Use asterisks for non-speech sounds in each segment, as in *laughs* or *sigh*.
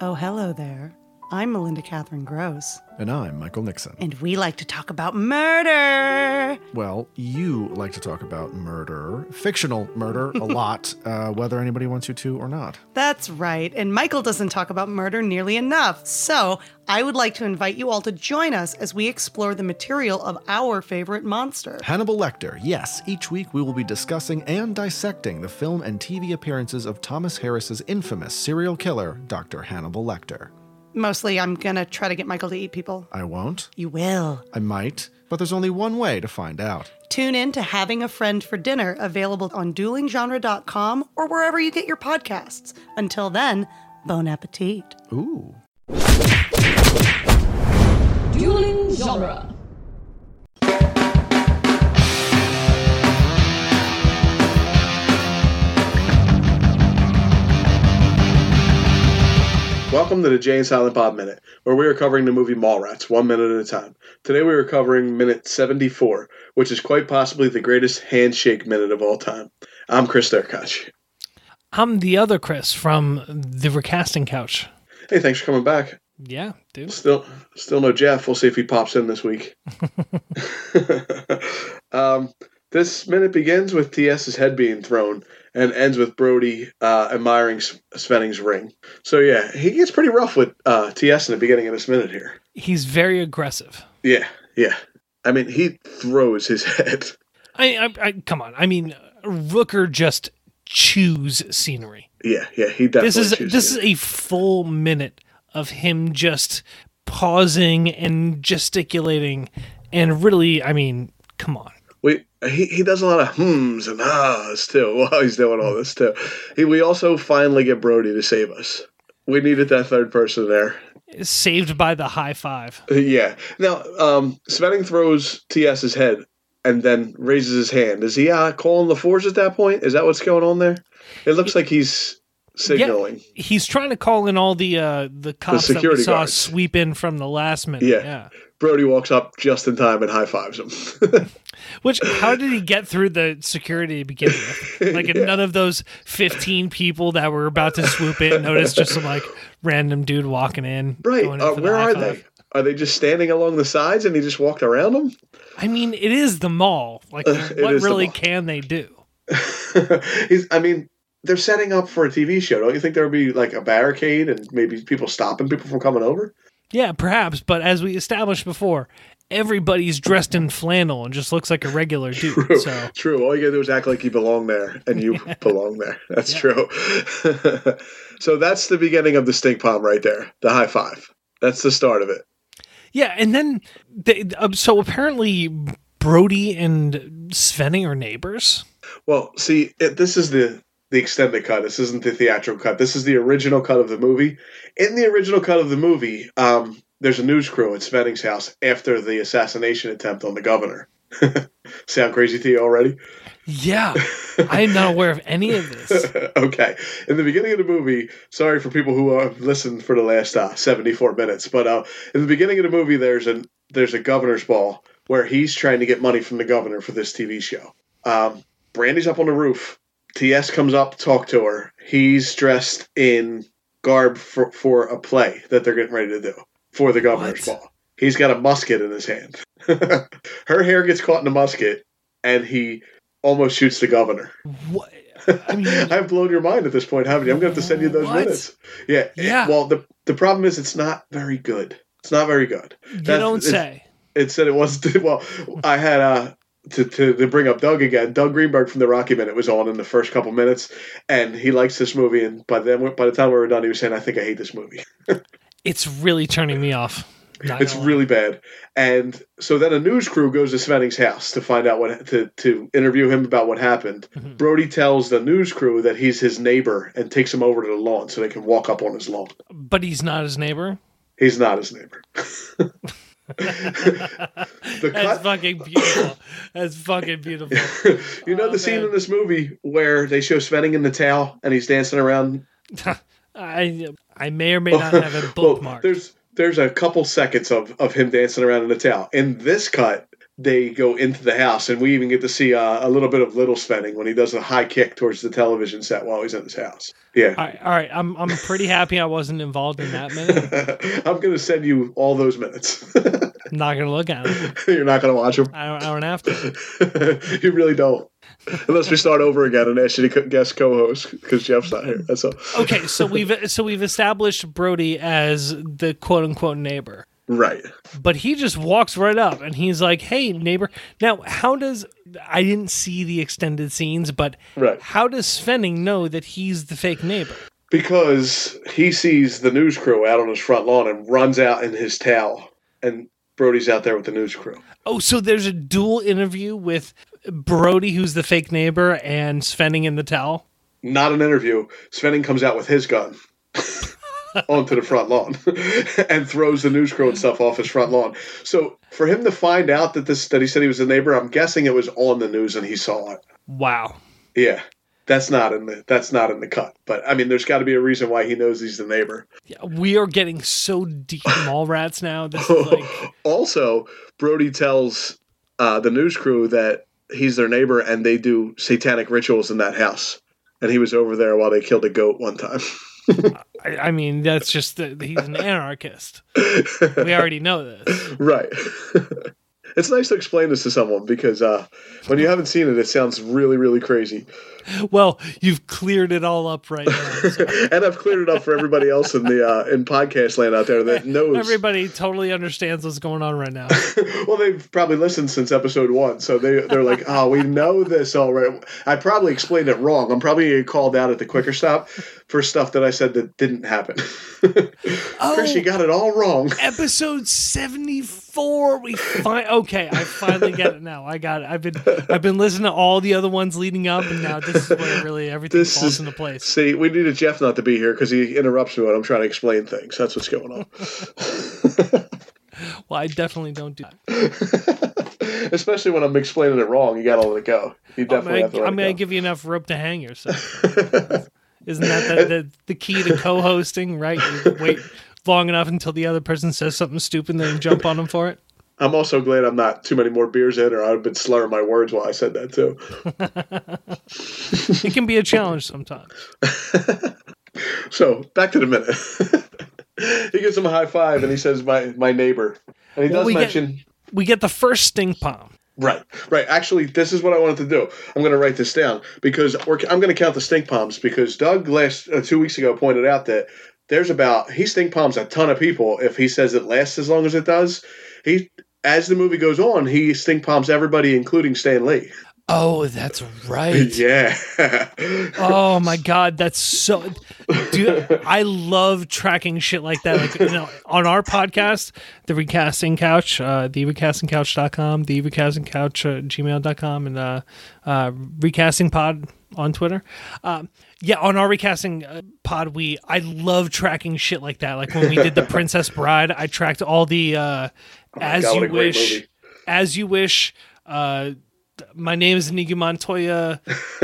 Oh, hello there. I'm Melinda Catherine Gross, And I'm Michael Nixon. and we like to talk about murder. Well, you like to talk about murder, fictional murder, a lot, uh, whether anybody wants you to or not. That's right, and Michael doesn't talk about murder nearly enough. So, I would like to invite you all to join us as we explore the material of our favorite monster. Hannibal Lecter. Yes, each week we will be discussing and dissecting the film and TV appearances of Thomas Harris's infamous serial killer, Dr. Hannibal Lecter. Mostly, I'm gonna try to get Michael to eat people. I won't. You will. I might. But there's only one way to find out. Tune in to Having a Friend for Dinner, available on duelinggenre.com or wherever you get your podcasts. Until then, bon appetit. Ooh. Dueling genre. Welcome to the Jay and Silent Bob Minute, where we are covering the movie Mallrats one minute at a time. Today we are covering minute 74, which is quite possibly the greatest handshake minute of all time. I'm Chris Derkach. I'm the other Chris from the recasting couch. Hey, thanks for coming back. Yeah, dude. Still, still no Jeff. We'll see if he pops in this week. um, this minute begins with TS's head being thrown and ends with Brody uh, admiring S- Svenning's ring. So yeah, he gets pretty rough with uh, TS in the beginning of this minute here. He's very aggressive. Yeah, yeah. I mean, he throws his head. *laughs* I, I, I come on. I mean, Rooker just chews scenery. Yeah, yeah. He definitely. This is chooses this is it. a full minute of him just pausing and gesticulating, and really, I mean, come on. we. He, he does a lot of hums and ahs too *laughs* while he's doing all this too. He, we also finally get Brody to save us. We needed that third person there. *laughs* Saved by the high five. Yeah. Now, um, Svetting throws TS's head and then raises his hand. Is he uh, calling the force at that point? Is that what's going on there? It looks like he's signaling. Yeah, he's trying to call in all the uh, the cops that security we saw guards. sweep in from the last minute. Yeah. yeah. Brody walks up just in time and high fives him. *laughs* Which how did he get through the security to begin *laughs* with? Like none of those fifteen people that were about to swoop in noticed just some like random dude walking in. Right. going in Uh, for the where high are five. they? Are they just standing along the sides and he just walked around them? I mean, it is the mall. *laughs* Like what is the really mall. can they do? *laughs* He's, I mean, they're setting up for a TV show. Don't you think there would be like a barricade and maybe people stopping people from coming over? Yeah, perhaps, but as we established before, everybody's dressed in flannel and just looks like a regular dude. So True. All you gotta do is act like you belong there and *laughs* you belong there. That's true. *laughs* so that's the beginning of the stink palm right there. The high five. That's the start of it. yeah, and then they, um, so apparently Brody and Svenny are neighbors. Well, see, it, this is the the extended cut. This isn't the theatrical cut. This is the original cut of the movie. In the original cut of the movie, um, there's a news crew at Svennings's house after the assassination attempt on the governor. *laughs* Sound crazy to you already? Yeah, I am not aware of any of this. *laughs* okay. In the beginning of the movie, sorry for people who uh, listened for the last uh, 74 minutes, but uh, in the beginning of the movie, there's an there's a governor's ball where he's trying to get money from the governor for this TV show. Um, Brandy's up on the roof. TS comes up, talk to her. He's dressed in garb for, for a play that they're getting ready to do for the governor's What? ball. He's got a musket in his hand. *laughs* her hair gets caught in the musket, and he almost shoots the governor. What? I *laughs* mean, I've blown your mind at this point, haven't you? I'm going to have to send you those What? minutes. Yeah. Yeah. Well, the the problem is it's not very good. It's not very good. you That's- don't it's- say. It said it was *laughs* well. I had uh to, to to bring up Doug again. Doug Greenberg from the Rocky Minute was on in the first couple minutes, and he likes this movie. And by then, by the time we were done, he was saying, "I think I hate this movie. It's really turning me off. Not It's gonna lie. really bad." And so then a news crew goes to Svenning's house to find out what to to interview him about what happened. Mm-hmm. Brody tells the news crew that he's his neighbor and takes him over to the lawn so they can walk up on his lawn. but he's not his neighbor. He's not his neighbor. *laughs* the *laughs* That's cut, fucking beautiful. That's fucking beautiful. you know the scene Oh, man. in this movie where they show Svenning in the towel and he's dancing around. I I may or may not have a *laughs* Well, bookmark. there's there's a couple seconds of, of him dancing around in the towel. In this cut, they go into the house, and we even get to see uh, a little bit of Little Svenning when he does a high kick towards the television set while he's in his house. Yeah. All right, all right. I'm I'm pretty happy I wasn't involved in that minute. *laughs* I'm going to send you all those minutes. *laughs* I'm not gonna look at it. You're not going to watch them. *laughs* I don't. I don't have to. you really don't. Unless we start over again and ask you to co- guest co-host because Jeff's not here. That's all. Okay, so we've so we've established Brody as the quote unquote neighbor, Right. but he just walks right up and he's like, "Hey, neighbor." Now, how does I didn't see the extended scenes, but Right. how does Svenning know that he's the fake neighbor? Because he sees the news crew out on his front lawn and runs out in his towel, and Brody's out there with the news crew. Oh, so there's a dual interview with Brody, who's the fake neighbor, and Svenning in the towel. Not an interview. Svenning comes out with his gun onto the front lawn *laughs* and throws the news crew and stuff off his front lawn. So for him to find out that this that he said he was a neighbor, I'm guessing it was on the news and he saw it. Wow. Yeah. That's not in the that's not in the cut. But I mean there's gotta be a reason why he knows he's the neighbor. Yeah, we are getting so deep mall rats now. This *laughs* *laughs* is like also, Brody tells uh, the news crew that he's their neighbor and they do satanic rituals in that house. And he was over there while they killed a goat one time. *laughs* I, I mean, that's just that he's an anarchist. We already know this. right. *laughs* it's nice to explain this to someone because uh, when you haven't seen it, it sounds really, really crazy. *laughs* Well, you've cleared it all up right now. *laughs* So and I've cleared it up for everybody else in the uh, in podcast land out there that knows. everybody totally understands what's going on right now. Well, they've probably listened since episode one, so they they're like, "Oh, we know this already." I probably explained it wrong. I'm probably getting called out at the quicker stop for stuff that I said that didn't happen. *laughs* Chris, Oh. you got it all *laughs* wrong. Episode seventy-four. We find okay. I finally get it now. I got it. I've been I've been listening to all the other ones leading up, and now this is where really everything This falls is- into place. See, we needed Jeff not to be here because he interrupts me when I'm trying to explain things. That's what's going *laughs* on. Well, I definitely don't do that. Especially when I'm explaining it wrong, you got to let it go. You I'm definitely gonna, have to let I'm it gonna go. give you enough rope to hang *laughs* yourself. Isn't that the, the, the key to co-hosting? Right, you wait long enough until the other person says something stupid, and then you jump on them for it. I'm also glad I'm not too many more beers in, or I'd have been slurring my words while I said that too. It can be a challenge sometimes. So back to the minute. *laughs* he gives him a high five and he says, "My my neighbor," and he Well, does we get- mention. We get the first sting palm. Right, right. Actually, this is what I wanted to do. I'm going to write this down because we're, I'm going to count the stink palms because Doug last uh, two weeks ago pointed out that there's about he stink palms a ton of people if he says it lasts as long as it does. He as the movie goes on, he stink palms everybody, including Stan Lee. Oh, that's *laughs* right. Yeah, Oh my god, that's so. Dude, I love tracking shit like that. Like, you know, on our podcast, the Recasting Couch, uh, the recastingcouch.com, the recastingcouch uh, gmail.com, and uh, uh, Recasting Pod on Twitter. Um, yeah, on our recasting uh, pod, we I love tracking shit like that. Like when *laughs* we did the Princess Bride, I tracked all the uh, as Oh God, what you a great wish, movie. as you wish. Uh, my name is *laughs* Inigo Montoya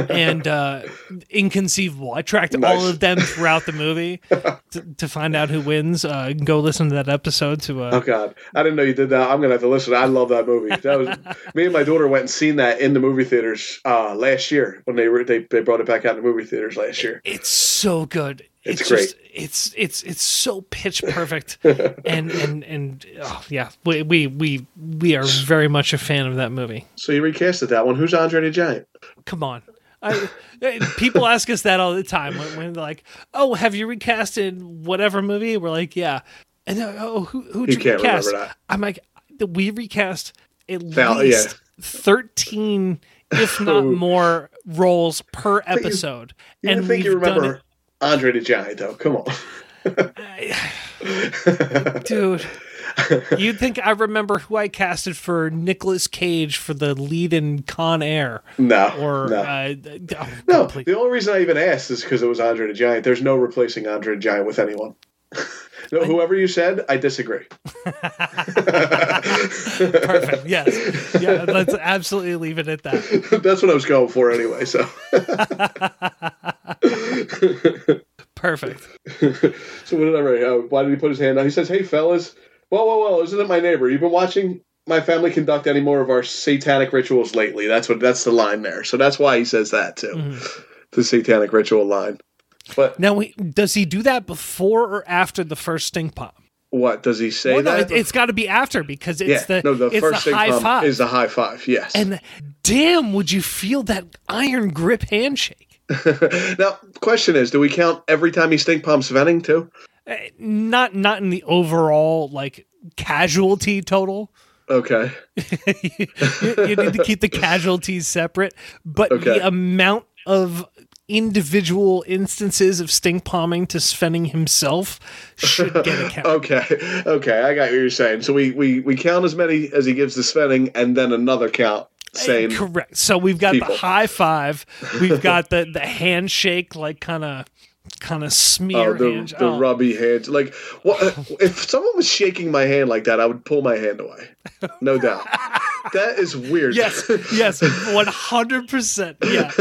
and uh, Inconceivable. I tracked Nice. all of them throughout *laughs* the movie to, to find out who wins. Uh, go listen to that episode to uh, Oh God, I didn't know you did that. I'm gonna have to listen. I love that movie. That was me and my daughter went and seen that in the movie theaters uh, last year when they were they, they brought it back out in the movie theaters last year. It's so good. It's just it's it's it's so pitch *laughs* perfect and and and oh, yeah we, we we we are very much a fan of that movie So you recasted that one. Who's Andre the Giant? come on I, eh, people ask us that all the time when, when they're like oh have you recasted whatever movie we're like yeah and they're, oh who who'd You you can't remember recast that. i'm like we recast at Thou- yeah. least 13 *laughs* if not more roles per episode You didn't think you we've done it- remember Andre the Giant though. Come *laughs* on. Dude, *laughs* you'd think I remember who I casted for Nicolas Cage for the lead in Con Air No. or no. uh, d- oh, no, complete- the only reason I even asked is because it was Andre the Giant. There's no replacing Andre the Giant with anyone. *laughs* no, whoever you said, I disagree. *laughs* perfect. Yes, yeah. Let's absolutely leave it at that. That's what I was going for anyway. So, Perfect. *laughs* so whatever. Uh, why did he put his hand out? He says, "Hey, fellas, whoa, whoa, whoa! Isn't it my neighbor? You've been watching? my family conduct any more of our satanic rituals lately. That's what that's the line there. So that's why he says that too. Mm-hmm. The satanic ritual line. But Now, he- does he do that before or after the first stink pop? what does he say? Well, no, that? it, has got to be after because yeah, it's the no, the it's first the thing high from five. is the high five. Yes. and the- damn, would you feel that iron grip handshake? *laughs* now, question is, do we count every time he stink pumps venting too? Uh, Not not in the overall like casualty total. Okay. you, you need to keep the casualties separate, but Okay. the amount of individual instances of stink palming to Svenning himself should get a count. Okay. Okay. I got what you're saying. So we we we count as many as he gives the svenning, and then another count saying. Correct. So we've got people. the high five. *laughs* We've got the the handshake, like kind of kind Oh, of smear. hand- the, the oh. rubby hands. Like, what, if someone was shaking my hand like that, I would pull my hand away. No doubt. that is weird. Yes, yes, one hundred percent. *laughs* Yeah,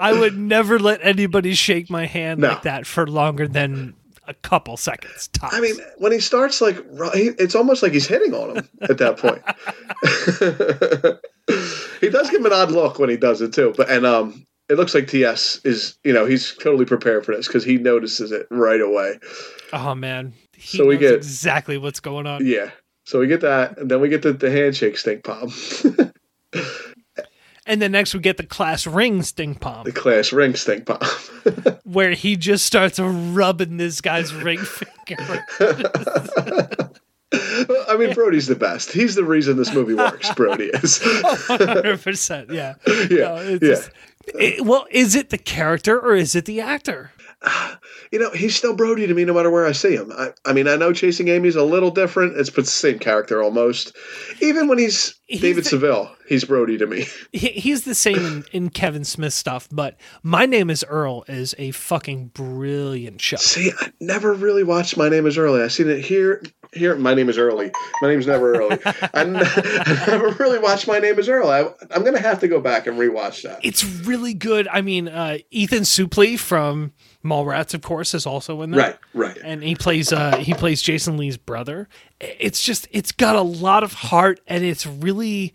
I would never let anybody shake my hand No. like that for longer than a couple seconds. Tops. I mean, when he starts, like, ru- he- it's almost like he's hitting on him at that point. *laughs* he does give him an odd look when he does it, too. But, and, um, it looks like TS is, you know, he's totally prepared for this because he notices it right away. oh man, he So we knows get- exactly what's going on. Yeah. So we get that, and then we get the, the handshake stink pop, And then next we get the class ring sting pom, the class ring stink pop. *laughs* where he just starts rubbing this guy's ring *laughs* finger. *laughs* I mean, Brody's the best. He's the reason this movie works. *laughs* Brody is. *laughs* Hundred percent. Yeah. Yeah, it's yeah. just- it- well, is it the character or is it the actor? You know, he's still Brody to me no matter where I see him. I, I mean, I know Chasing Amy's a little different. It's but the same character almost. Even when he's, He's David the- Seville, he's Brody to me. *laughs* He, he's the same in, in Kevin Smith stuff, but My Name Is Earl is a fucking brilliant show. See, I never really watched My Name Is Early. I seen it here. Here, My Name Is Early. My name's never Early. *laughs* I, n- *laughs* I never really watched My Name Is Earl. I, I'm gonna have to go back and rewatch that. It's really good. I mean, uh, Ethan Suplee from Mallrats, of course, is also in there. Right, right. and he plays uh he plays Jason Lee's brother. It's just it's got a lot of heart and it's really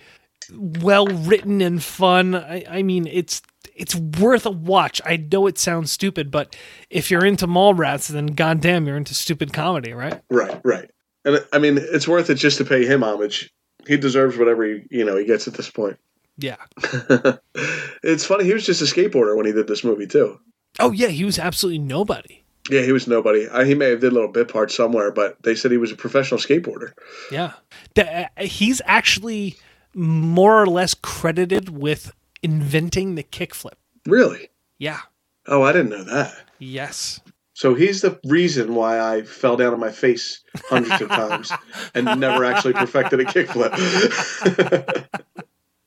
well written and fun. I, I mean it's it's worth a watch. I know it sounds stupid, but if you're into Mallrats, then goddamn, you're into stupid comedy, right? Right, right. And I mean, it's worth it just to pay him homage. He deserves whatever he, you know he gets at this point. Yeah. It's funny. He was just a skateboarder when he did this movie too. Oh yeah, he was absolutely nobody. Yeah, he was nobody. I, he may have did a little bit part somewhere, but they said he was a professional skateboarder. Yeah. The, uh, he's actually more or less credited with inventing the kickflip. Really? Yeah. Oh, I didn't know that. Yes. So he's the reason why I fell down on my face hundreds of times and never actually perfected a kickflip. *laughs*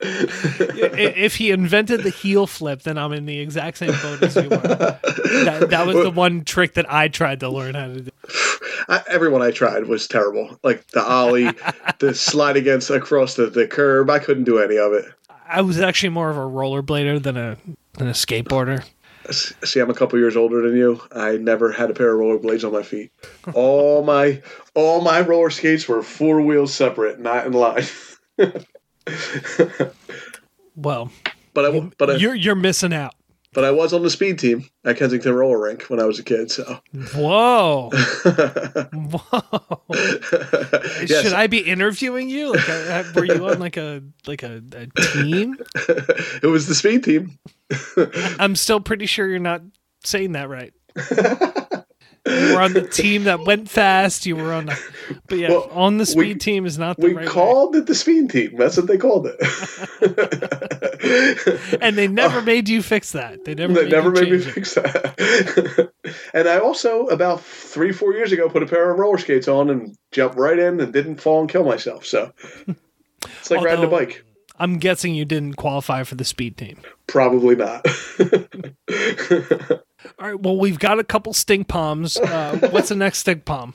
I- if he invented the heel flip, then I'm in the exact same boat as you are. That, that was the one trick that I tried to learn how to do. I, everyone I tried was terrible. Like the ollie, the slide against across the, the curb. I couldn't do any of it. I was actually more of a rollerblader than a than a skateboarder. S- See, I'm a couple years older than you. I never had a pair of rollerblades on my feet. All *laughs* my all my roller skates were four wheels separate, not in line. *laughs* Well, But I w- but I, you're you're missing out. but I was on the speed team at Kensington Roller Rink when I was a kid. So *laughs* Whoa, whoa! Yes. Should I be interviewing you? Like, I, I- were you on like a like a, a team? *laughs* it was the speed team. I'm still pretty sure you're not saying that *laughs* right. You were on the team that went fast. You were on, the, but yeah, Well, on the speed we- team is not the We right. way. called it the speed team. That's what they called it. *laughs* *laughs* and they never made you fix that. They never. That made Uh, never made you me change it. fix that. *laughs* and I also, about three, four years ago, put a pair of roller skates on and jumped right in and didn't fall and kill myself. *laughs* So it's like riding a Although- bike. I'm guessing you didn't qualify for the speed team. Probably not. *laughs* All right. Well, we've got a couple stink palms. Uh, what's the next stink palm?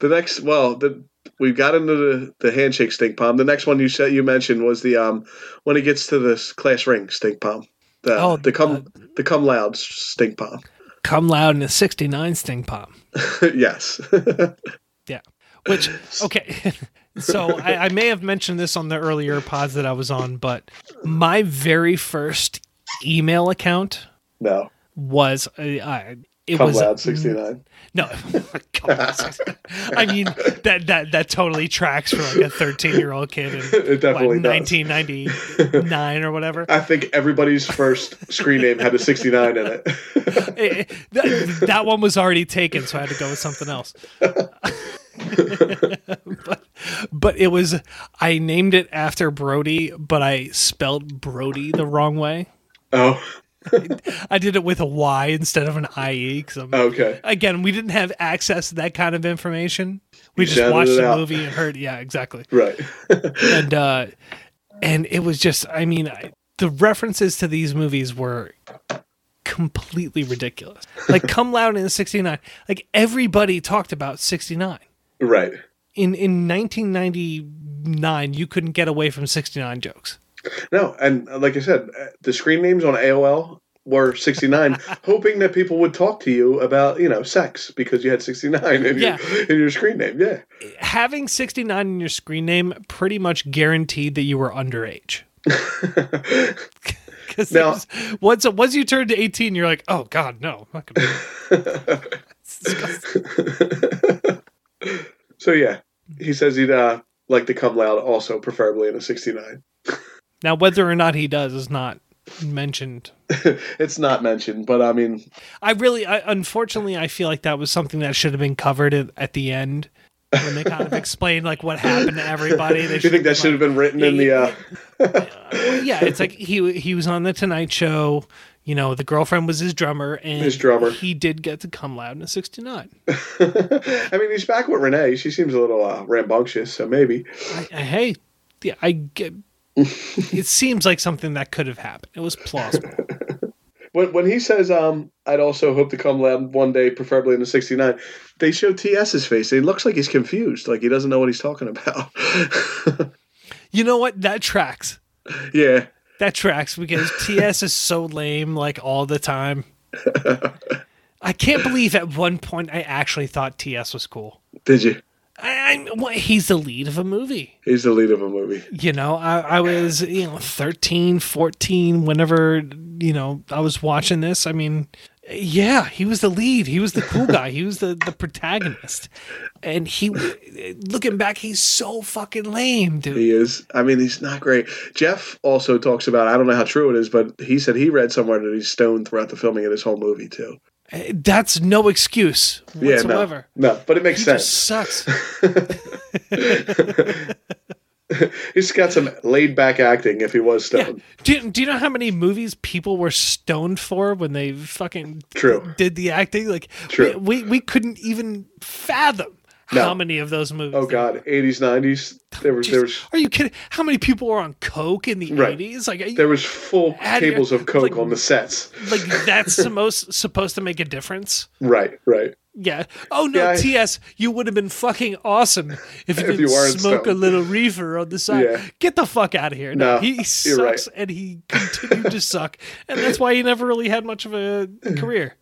the next, well, the, we got into the, the handshake stink palm. The next one you said you mentioned was the um when it gets to this class ring stink palm. The Oh, the come the come loud stink palm. *laughs* Come loud and a 69 stink palm. yes. *laughs* Yeah. Which okay, *laughs* so I, I may have mentioned this on the earlier pods that I was on, but my very first email account No. was uh, I, it Come was mm, loud, 69. no. *laughs* Come on, sis. I mean that that that totally tracks for like a thirteen year old kid in *laughs* It definitely does. nineteen ninety nine or whatever. I think everybody's first screen name had a 69 in it. *laughs* It- it- that, *laughs* that one was already taken, so I had to go with something else. *laughs* but, but it was I named it after Brody, but I spelled Brody the wrong way. Oh, I did it with a Y instead of an IE because I'm okay. again, we didn't have access to that kind of information. We You just shouted watched it the out. movie and heard, yeah, exactly. Right. And uh, and it was just, I mean, I, the references to these movies were completely ridiculous. Like Come Loud in '69, like everybody talked about '69. Right. In in 1999, you couldn't get away from '69 jokes. No, and uh, like I said, uh, the screen names on AOL were *laughs* 69, hoping that people would talk to you about, you know, sex because you had 69 in, Yeah. your, in your screen name. Yeah. Having '69 in your screen name pretty much guaranteed that you were underage. Because Now- once once you turn to eighteen, you're like, oh god, no, I'm not gonna. It's disgusting. So, yeah, he says he'd uh, like to come loud also, preferably in a 69. now, whether or not he does is not mentioned. *laughs* It's not mentioned, but I mean, I really, I, unfortunately, I feel like that was something that should have been covered at, at the end when they kind of explained like what happened to everybody. They do *laughs* you think that should have been written in the. Uh, like- yeah, it's like he he was on the Tonight Show. You know, the girlfriend was his drummer, and His drummer. He did get to come loud in '69. uh, *laughs* I mean, he's back with Renee. She seems a little uh, rambunctious, so maybe. I- I- hey, yeah, *laughs* I get. it seems like something that could have happened. It was plausible. When, when he says, um, I'd also hope to come loud one day, preferably in the 69, they show TS's face. He looks like he's confused, like he doesn't know what he's talking about. *laughs* You know what? That tracks. yeah. That tracks because TS is so lame, like all the time. I can't believe at one point I actually thought TS was cool. Did you? I, I well, he's the lead of a movie. He's the lead of a movie. You know, I, I was, you know, 13, 14, whenever, you know, I was watching this. I mean, yeah, he was the lead. He was the cool guy. He was the, the protagonist. And he, looking back, he's so fucking lame, dude. He is. I mean, he's not great. Jeff also talks about, I don't know how true it is, but he said he read somewhere that he's stoned throughout the filming of this whole movie, too. That's no excuse Yeah, no. whatsoever. No, but it makes He sense. just sucks. He's got some laid back acting if he was Yeah. stoned. *laughs* Do, you- do you know how many movies people were stoned for when they fucking True. did the acting? Like, True. We, we, we couldn't even fathom No. how many of those movies. Oh, there God. 80s, 90s. There was, Jeez, there was, are you kidding? How many people were on coke in the Right. eighties? Like, are you- there was full Out of your- tables of Coke like- on the sets. like *laughs* that's the most supposed to make a difference. Right, right. Yeah. Oh no, Yeah, I- TS, you would have been fucking awesome if you *laughs* If didn't you weren't smoke a stoned. little reefer on the side. Yeah. Get the fuck out of here. No, No, he you're right. sucks and he *laughs* continued to suck. And that's why he never really had much of a *laughs* career.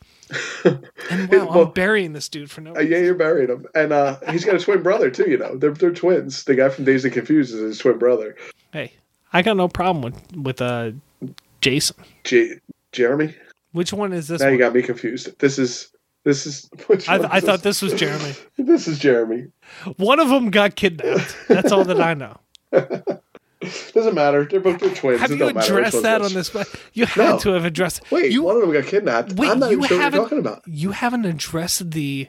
And wow, Well- I'm burying this dude for no Uh, yeah, you're burying him. And uh, he's got a twin brother, too, you know. They're, they're twins. The guy from Days and Confused is his twin brother. Hey, I got no problem with with uh Jason. J- Jeremy? Which one is this Now you one? got me confused. This is, this is, *laughs* which I, one I is thought this was Jeremy. This is Jeremy. One of them got kidnapped. That's all that I know. Doesn't matter. They're both they're twins. Have it you don't matter which addressed one's that which. on this? You had No. to have addressed. Wait, you one of them got kidnapped. Wait, I'm not you even sure what haven't- you're talking about. you haven't addressed the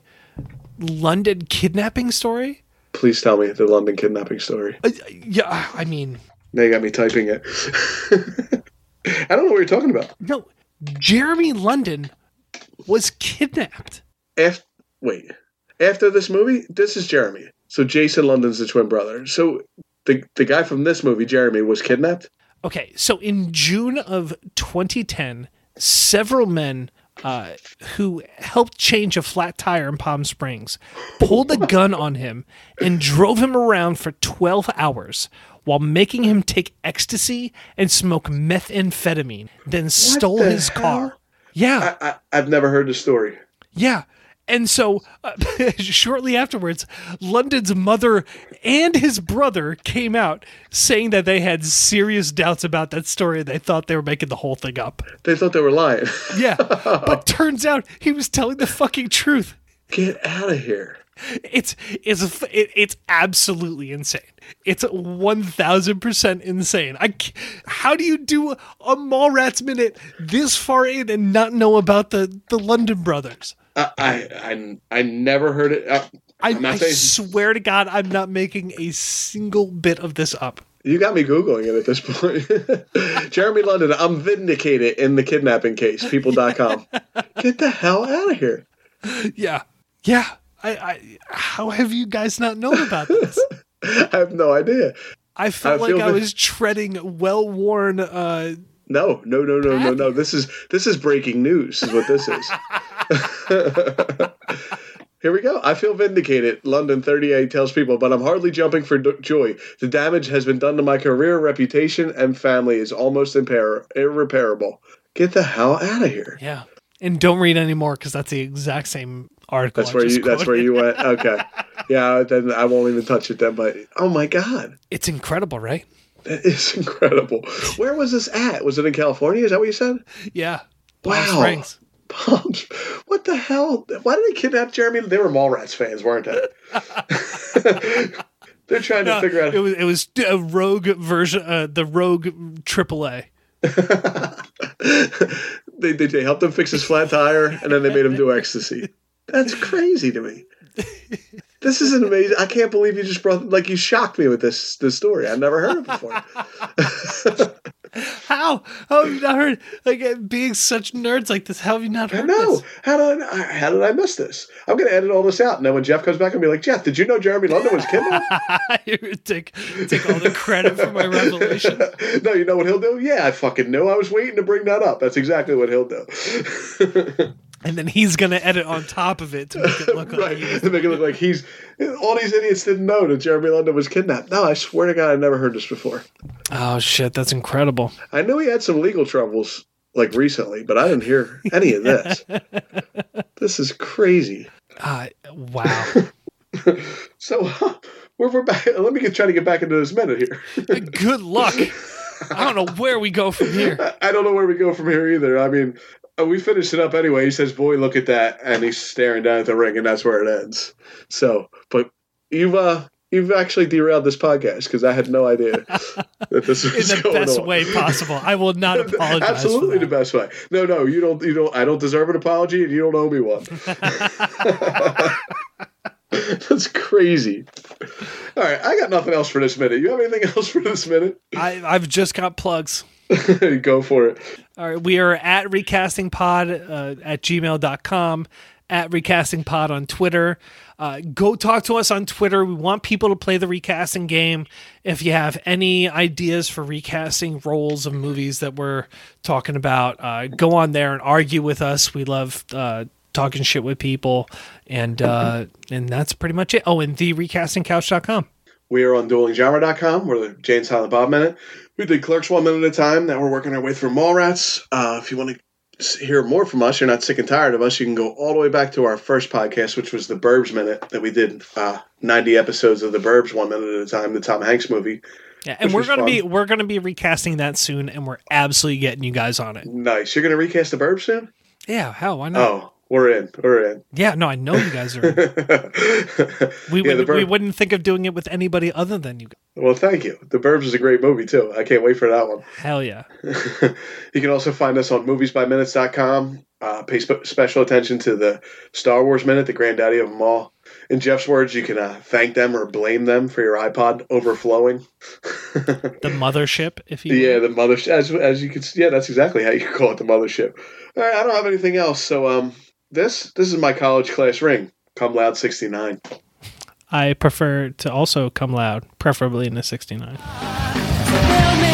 London kidnapping story. Please tell me the London kidnapping story. Uh, yeah, I mean, Now you got me typing it. *laughs* I don't know what you're talking about. no, Jeremy London was kidnapped. After, wait, after this movie, this is Jeremy. So Jason London's the twin brother. So the the guy from this movie, Jeremy, was kidnapped. Okay, so in June of 2010, several men uh, who helped change a flat tire in Palm Springs pulled a gun on him and drove him around for 12 hours while making him take ecstasy and smoke methamphetamine, then stole the his car. hell? Yeah. I, I I've never heard the story. Yeah. And so, uh, *laughs* shortly afterwards, London's mother and his brother came out saying that they had serious doubts about that story. They thought they were making the whole thing up. They thought they were lying. *laughs* Yeah. but turns out he was telling the fucking truth. Get out of here. It's it's f- it, it's absolutely insane. It's one thousand percent insane. I c- how do you do a Mallrats minute this far in and not know about the the London brothers? I I, I, I never heard it. I, I, am not I saying swear to God, I'm not making a single bit of this up. you got me googling it at this point. *laughs* Jeremy London, I'm vindicated in the kidnapping case. *laughs* People.com. Get the hell out of here. Yeah, yeah. I, I how have you guys not known *laughs* about this? I have no idea. I I felt like feel I the- was treading well-worn. Uh, No, no, no, no, no, no. This is this is breaking news. Is what this *laughs* is. Here we go. I feel vindicated. London 38 tells people, but I'm hardly jumping for d- joy. The damage has been done to my career, reputation, and family is almost impair- irreparable. Get the hell out of here. yeah, and don't read anymore because that's the exact same article. That's I where just you. That's quoted. where you went. Okay. Yeah. Then I won't even touch it. Then, but oh my god, It's incredible, right? that is *laughs* incredible. Where was this at? Was it in California? Is that what you said? Yeah. Wow. Palm Springs. Palms. What the hell? Why did they kidnap Jeremy? They were Mallrats fans, weren't they? *laughs* They're trying to No, figure out. it was it was a rogue version, uh, the rogue AAA. *laughs* they, they, they helped him fix his flat tire and then they made him do ecstasy. *laughs* That's crazy to me. This is an amazing. I can't believe you just brought like you shocked me with this this story. I've never heard it before. How? How have you not heard? Like uh, being such nerds like this, how have you not heard No, this? how did I, how did I miss this? I'm gonna edit all this out, and then when Jeff comes back, I'm gonna be like, Jeff, did you know Jeremy London was kidnapped? You *laughs* take take all the credit for *laughs* my revelation. no, you know what he'll do? Yeah, I fucking knew. I was waiting to bring that up. That's exactly what he'll do. And then he's gonna edit on top of it to make it look like right, *laughs* he was to make it look like he's all these idiots didn't know that Jeremy London was kidnapped. No, I swear to God, I've never heard this before. Oh shit, that's incredible. I knew he had some legal troubles like recently, but I didn't hear any of this. this is crazy. Uh, wow. So *laughs* we're, we're back. Let me get, try to get back into this minute here. Good luck. I don't know where we go from here. *laughs* I don't know where we go from here either. I mean, uh, we finished it up anyway. He says, "Boy, look at that," and he's staring down at the ring, and that's where it ends. So, but you've uh, you've actually derailed this podcast because I had no *laughs* idea that this In was the going best on. way *laughs* possible. I will not apologize. for Absolutely that. the best way. No, no, you don't. You don't. I don't deserve an apology, and you don't owe me *laughs* one. That's crazy. All right, I got nothing else for this minute. You have anything else for this minute? *laughs* I, I've just got plugs. Go for it. All right, we are at recastingpod uh, at gmail.com, at recastingpod on Twitter. Uh, go talk to us on Twitter. We want people to play the recasting game. If you have any ideas for recasting roles of movies that we're talking about, uh, go on there and argue with us. We love uh, talking shit with people. And uh, and that's pretty much it. Oh, and the recastingcouch.com. We are on duelinggenre.com. We're the Jane Silent Bob Minute. We did Clerks one minute at a time. Now we're working our way through Mallrats. Uh, if you want to hear more from us, you're not sick and tired of us, you can go all the way back to our first podcast, which was the Burbs Minute that we did uh, 90 episodes of the Burbs one minute at a time, the Tom Hanks movie. Yeah, and Which we're was gonna fun. be we're gonna be recasting that soon, and we're absolutely getting you guys on it. Nice. You're going to recast the Burbs soon? Yeah, hell, why not? Oh, we're in. We're in. *laughs* Yeah, no, I know you guys are. We, Yeah, the would, we Burbs- wouldn't think of doing it with anybody other than you. guys. Well, thank you. The Burbs is a great movie, too. I can't wait for that one. Hell yeah. *laughs* you can also find us on moviesbyminutes.com. Uh, pay spe- special attention to the Star Wars Minute, the granddaddy of them all. In Jeff's words, you can uh, thank them or blame them for your iPod overflowing. The mothership, if you Yeah, will. the mothership. As, as you can see, yeah, that's exactly how you *laughs* call it, the mothership. All right, I don't have anything else. So um, this this is my college class ring. Come loud 69. I prefer to also come loud, preferably in a 69. Tell me